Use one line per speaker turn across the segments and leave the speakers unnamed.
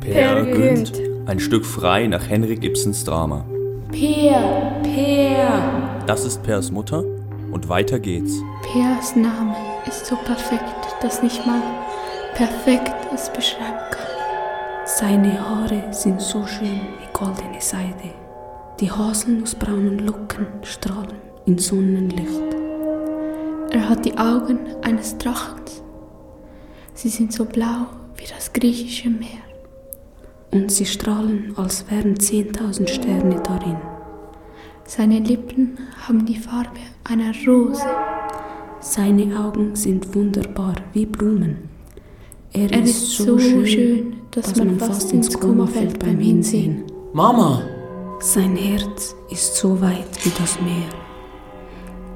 Perl Günd, ein Stück frei nach Henrik Ibsens Drama.
Peer, Peer.
Das ist Pers Mutter und weiter geht's.
Peers Name ist so perfekt, dass nicht mal perfekt es beschreiben kann. Seine Haare sind so schön wie goldene Seide. Die haselnussbraunen Locken strahlen in Sonnenlicht. Er hat die Augen eines Drachens. Sie sind so blau wie das griechische Meer. Und sie strahlen, als wären 10.000 Sterne darin. Seine Lippen haben die Farbe einer Rose. Seine Augen sind wunderbar wie Blumen. Er, ist, so schön, dass, man fast ins Koma fällt beim Hinsehen.
Mama!
Sein Herz ist so weit wie das Meer.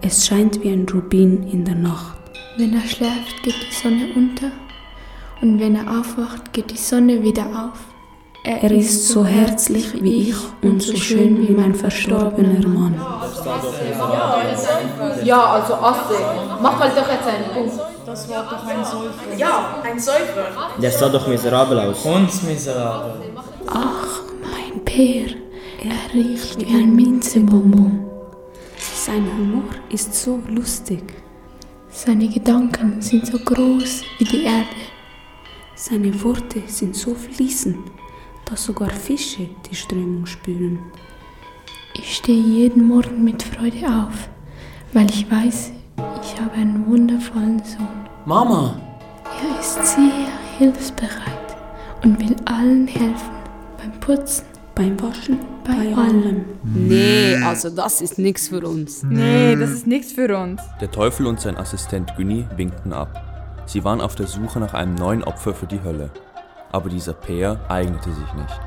Es scheint wie ein Rubin in der Nacht. Wenn er schläft, geht die Sonne unter und wenn er aufwacht, geht die Sonne wieder auf. Er, ist so herzlich wie ich und so schön wie mein verstorbener Mann.
Ja, also Asse, mach mal doch jetzt einen Punkt.
Ja, ein Säufer.
Der sah doch miserabel aus.
Uns miserabel.
Ach, mein Peer, er riecht wie ein Minzebonbon. Sein Humor ist so lustig. Seine Gedanken sind so groß wie die Erde. Seine Worte sind so fließend, dass sogar Fische die Strömung spüren. Ich stehe jeden Morgen mit Freude auf, weil ich weiß, ich habe einen wundervollen Sohn.
Mama!
Er ist sehr hilfsbereit und will allen helfen. Beim Putzen, beim Waschen, bei, allem.
Nee, also das ist nichts für uns.
Nee, das ist nichts für uns.
Der Teufel und sein Assistent Günni winkten ab. Sie waren auf der Suche nach einem neuen Opfer für die Hölle. Aber dieser Peer eignete sich nicht.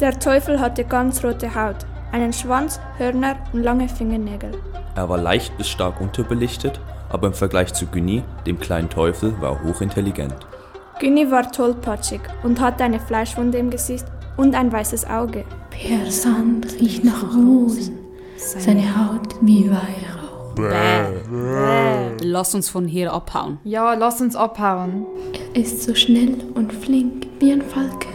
Der Teufel hatte ganz rote Haut, einen Schwanz, Hörner und lange Fingernägel.
Er war leicht bis stark unterbelichtet, aber im Vergleich zu Günni, dem kleinen Teufel, war er hochintelligent.
Günni war tollpatschig und hatte eine Fleischwunde im Gesicht und ein weißes Auge.
Per Sand riecht nach Rosen, seine Haut wie Weihrauch.
Lass uns von hier abhauen.
Ja, lass uns abhauen.
Er ist so schnell und flink wie ein Falke.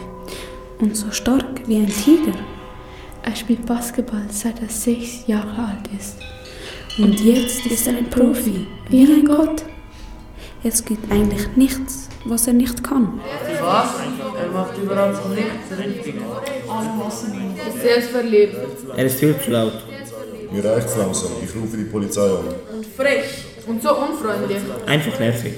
Und so stark wie ein Tiger.
Er spielt Basketball, seit er sechs Jahre alt ist.
Und jetzt ist er ein Profi, wie ein Gott. Es gibt eigentlich nichts, was er nicht kann.
Sehr verliebt.
Er ist viel zu laut.
Mir reicht's langsam. Ich rufe die Polizei an.
Und frech. Und so unfreundlich.
Einfach nervig.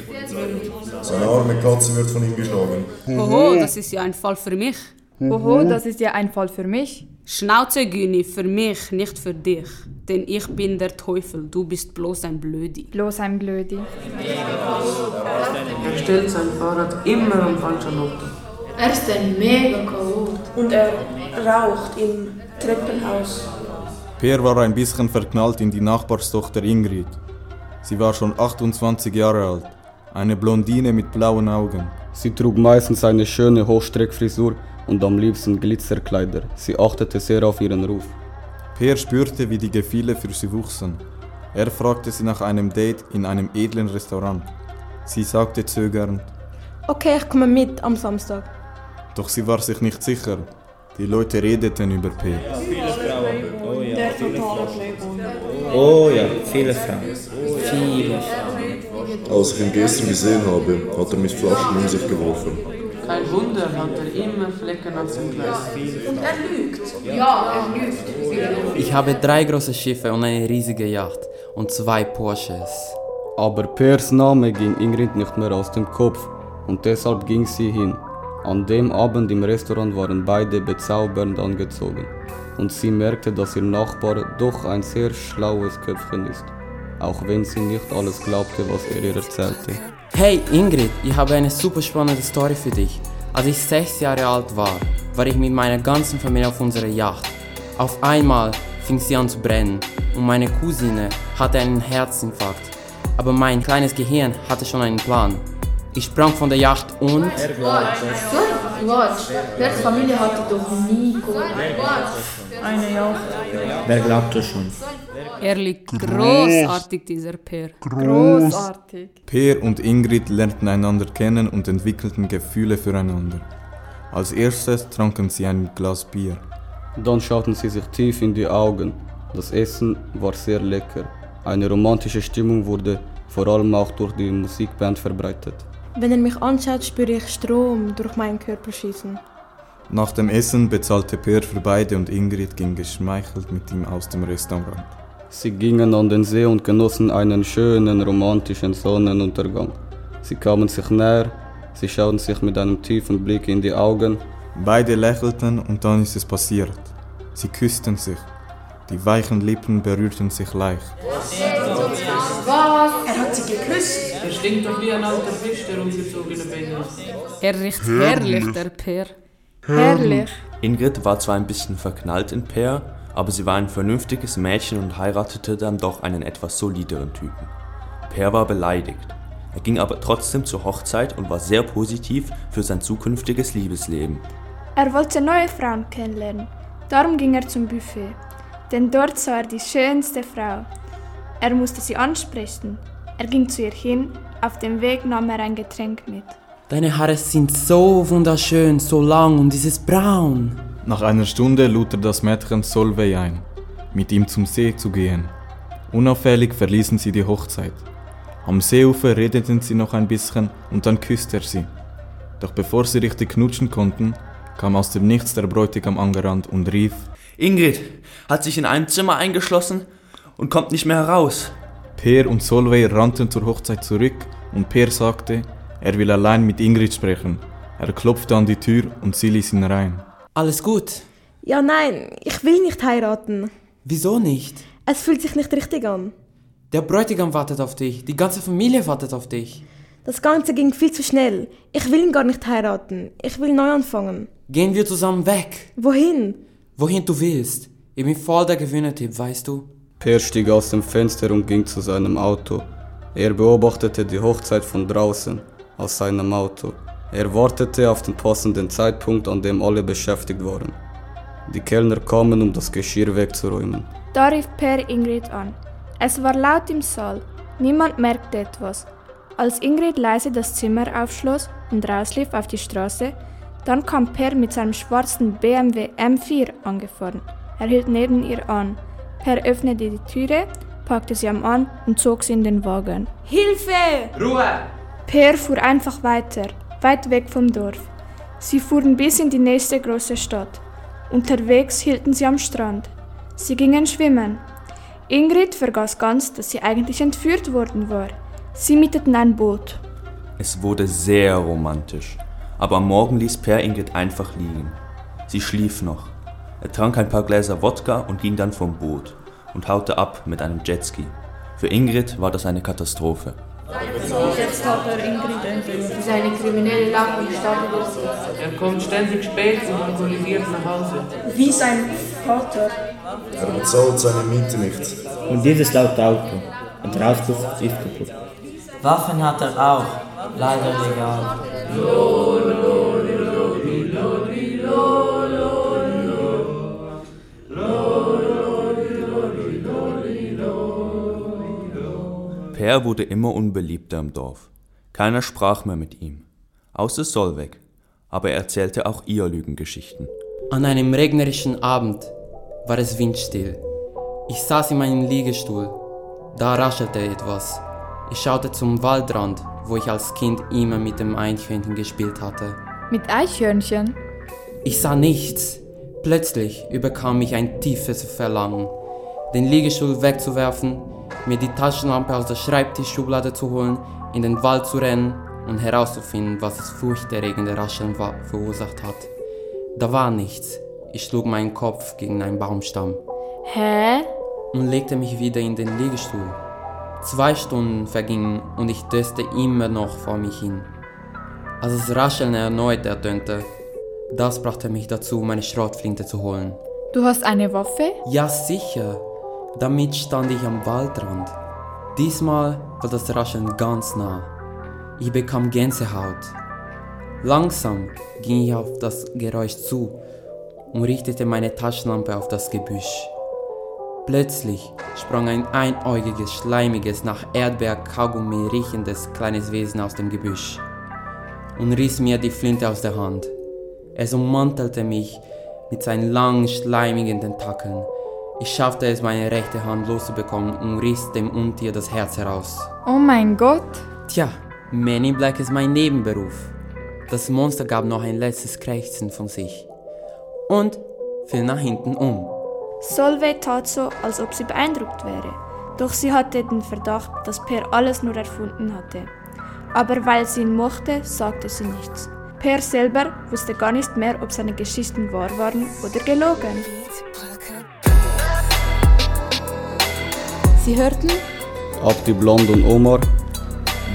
Seine arme Katze wird von ihm geschlagen.
Oho, das ist ja ein Fall für mich.
Oho, das ist ja ein Fall für mich.
Schnauze, Güni, für mich, nicht für dich. Denn ich bin der Teufel, du bist bloß ein Blödi.
Bloß ein Blödi.
Er stellt sein Fahrrad immer am falschen Ort.
Er ist ein mega Chaot.
Und er raucht im Treppenhaus.
Peer war ein bisschen verknallt in die Nachbarstochter Ingrid. Sie war schon 28 Jahre alt, eine Blondine mit blauen Augen.
Sie trug meistens eine schöne Hochstreckfrisur und am liebsten Glitzerkleider. Sie achtete sehr auf ihren Ruf.
Peer spürte, wie die Gefühle für sie wuchsen. Er fragte sie nach einem Date in einem edlen Restaurant. Sie sagte zögernd,
Okay, ich komme mit am Samstag.
doch sie war sich nicht sicher. Die Leute redeten über Peer.
Oh ja, Oh viele Frauen. Viele Frauen.
Als ich ihn gestern gesehen habe, hat er mit Flaschen um sich geworfen.
Kein Wunder hat er immer Flecken auf dem Gleis.
Ja, er lügt.
Ich habe drei große Schiffe und eine riesige Yacht und zwei Porsches.
Aber Peers Name ging Ingrid nicht mehr aus dem Kopf und deshalb ging sie hin. An dem Abend im Restaurant waren beide bezaubernd angezogen und sie merkte, dass ihr Nachbar doch ein sehr schlaues Köpfchen ist, auch wenn sie nicht alles glaubte, was er ihr erzählte.
Hey Ingrid, ich habe eine super spannende Story für dich. Als ich sechs Jahre alt war, war ich mit meiner ganzen Familie auf unserer Yacht. Auf einmal fing sie an zu brennen und meine Cousine hatte einen Herzinfarkt. Aber mein kleines Gehirn hatte schon einen Plan. Ich sprang von der Yacht und...
So ein Quatsch. Pers Familie hatte doch nie Kohle.
Wer glaubte schon?
Er liegt großartig, dieser Peer.
Großartig.
Peer und Ingrid lernten einander kennen und entwickelten Gefühle füreinander.
Als erstes tranken sie ein Glas Bier.
Dann schauten sie sich tief in die Augen. Das Essen war sehr lecker. Eine romantische Stimmung wurde vor allem auch durch die Musikband verbreitet.
Wenn er mich anschaut, spüre ich Strom durch meinen Körper schießen.
Nach dem Essen bezahlte Per für beide und Ingrid ging geschmeichelt mit ihm aus dem Restaurant.
Sie gingen an den See und genossen einen schönen romantischen Sonnenuntergang. Sie kamen sich näher, sie schauten sich mit einem tiefen Blick in die Augen.
Beide lächelten und dann ist es passiert. Sie küssten sich. Die weichen Lippen berührten sich leicht.
Was? Er hat sie geküsst.
Er stinkt doch wie ein alter Fisch, der umgezogene Penis.
Er riecht herrlich, der Peer.
Herrlich.
Ingrid war zwar ein bisschen verknallt in Per, aber sie war ein vernünftiges Mädchen und heiratete dann doch einen etwas solideren Typen. Per war beleidigt. Er ging aber trotzdem zur Hochzeit und war sehr positiv für sein zukünftiges Liebesleben.
Er wollte neue Frauen kennenlernen. Darum ging er zum Buffet. Denn dort sah er die schönste Frau. Er musste sie ansprechen. Er ging zu ihr hin. Auf dem Weg nahm er ein Getränk mit.
Deine Haare sind so wunderschön, so lang und dieses Braun.
Nach einer Stunde lud er das Mädchen Solveig ein, mit ihm zum See zu gehen. Unauffällig verließen sie die Hochzeit. Am Seeufer redeten sie noch ein bisschen und dann küsste er sie. Doch bevor sie richtig knutschen konnten, kam aus dem Nichts der Bräutigam angerannt und rief:
Ingrid hat sich in einem Zimmer eingeschlossen und kommt nicht mehr heraus.
Per und Solveig rannten zur Hochzeit zurück und Per sagte, er will allein mit Ingrid sprechen. Er klopfte an die Tür und sie ließ ihn rein.
Alles gut.
Ja, nein, ich will nicht heiraten.
Wieso nicht?
Es fühlt sich nicht richtig an.
Der Bräutigam wartet auf dich. Die ganze Familie wartet auf dich.
Das Ganze ging viel zu schnell. Ich will ihn gar nicht heiraten. Ich will neu anfangen.
Gehen wir zusammen weg.
Wohin?
Wohin du willst. Ich bin voll der Gewöhnertipp, weißt du?
Per stieg aus dem Fenster und ging zu seinem Auto. Er beobachtete die Hochzeit von draußen, aus seinem Auto. Er wartete auf den passenden Zeitpunkt, an dem alle beschäftigt waren. Die Kellner kamen, um das Geschirr wegzuräumen.
Da rief Per Ingrid an. Es war laut im Saal. Niemand merkte etwas. Als Ingrid leise das Zimmer aufschloss und rauslief auf die Straße, dann kam Per mit seinem schwarzen BMW M4 angefahren. Er hielt neben ihr an. Per öffnete die Türe, packte sie am Arm und zog sie in den Wagen.
Hilfe!
Ruhe!
Per fuhr einfach weiter, weit weg vom Dorf. Sie fuhren bis in die nächste große Stadt. Unterwegs hielten sie am Strand. Sie gingen schwimmen. Ingrid vergaß ganz, dass sie eigentlich entführt worden war. Sie mieteten ein Boot.
Es wurde sehr romantisch. Aber am Morgen ließ Per Ingrid einfach liegen. Sie schlief noch. Er trank ein paar Gläser Wodka und ging dann vom Boot und haute ab mit einem Jetski. Für Ingrid war das eine Katastrophe.
Jetzt hat er Ingrid entdeckt. Seine kriminelle Laune startet jetzt.
Er kommt ständig spät und man kollidiert nach Hause.
Wie sein Vater.
Er bezahlt seine Miete nicht.
Und dieses laute Auto. Und der Auspuff ist kaputt.
Waffen hat er auch. Leider legal.
Per wurde immer unbeliebter im Dorf. Keiner sprach mehr mit ihm. Außer Solveig. Aber er erzählte auch ihr Lügengeschichten.
An einem regnerischen Abend war es windstill. Ich saß in meinem Liegestuhl. Da raschelte etwas. Ich schaute zum Waldrand, wo ich als Kind immer mit dem Eichhörnchen gespielt hatte.
Mit Eichhörnchen?
Ich sah nichts. Plötzlich überkam mich ein tiefes Verlangen, den Liegestuhl wegzuwerfen, mir die Taschenlampe aus der Schreibtischschublade zu holen, in den Wald zu rennen und herauszufinden, was das furchterregende Rascheln wa- verursacht hat. Da war nichts. Ich schlug meinen Kopf gegen einen Baumstamm
Hä?
und legte mich wieder in den Liegestuhl. Zwei Stunden vergingen und ich döste immer noch vor mich hin. Als das Rascheln erneut ertönte, das brachte mich dazu, meine Schrotflinte zu holen.
Du hast eine Waffe?
Ja, sicher. Damit stand ich am Waldrand. Diesmal war das Rascheln ganz nah. Ich bekam Gänsehaut. Langsam ging ich auf das Geräusch zu und richtete meine Taschenlampe auf das Gebüsch. Plötzlich sprang ein einäugiges, schleimiges, nach Erdbeer-Kaugummi riechendes kleines Wesen aus dem Gebüsch und riss mir die Flinte aus der Hand. Es ummantelte mich mit seinen langen, schleimigen Tentakeln. Ich schaffte es, meine rechte Hand loszubekommen und riss dem Untier das Herz heraus.
Oh mein Gott.
Tja, Manny Black ist mein Nebenberuf. Das Monster gab noch ein letztes Krächzen von sich und fiel nach hinten um.
Solveig tat so, als ob sie beeindruckt wäre. Doch sie hatte den Verdacht, dass Per alles nur erfunden hatte. Aber weil sie ihn mochte, sagte sie nichts. Per selber wusste gar nicht mehr, ob seine Geschichten wahr waren oder gelogen.
Sie hörten
Abdi Blond und Omar,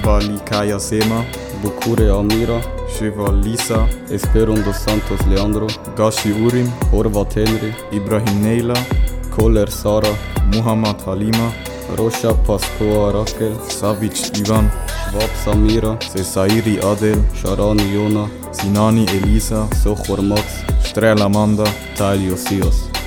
Balikaya Sema,
Bukure Amira,
Shiva Lisa,
Esperon dos Santos Leandro,
Gashi Urim,
Horvat Henry,
Ibrahim Neila,
Kohler Sara,
Muhammad Halima,
Rocha Pascoa Raquel,
Savic Ivan,
Schwab Samira,
Sesairi Adel,
Sharani Jona,
Sinani Elisa,
Sochor Max,
Strel Amanda,
Talio Sios.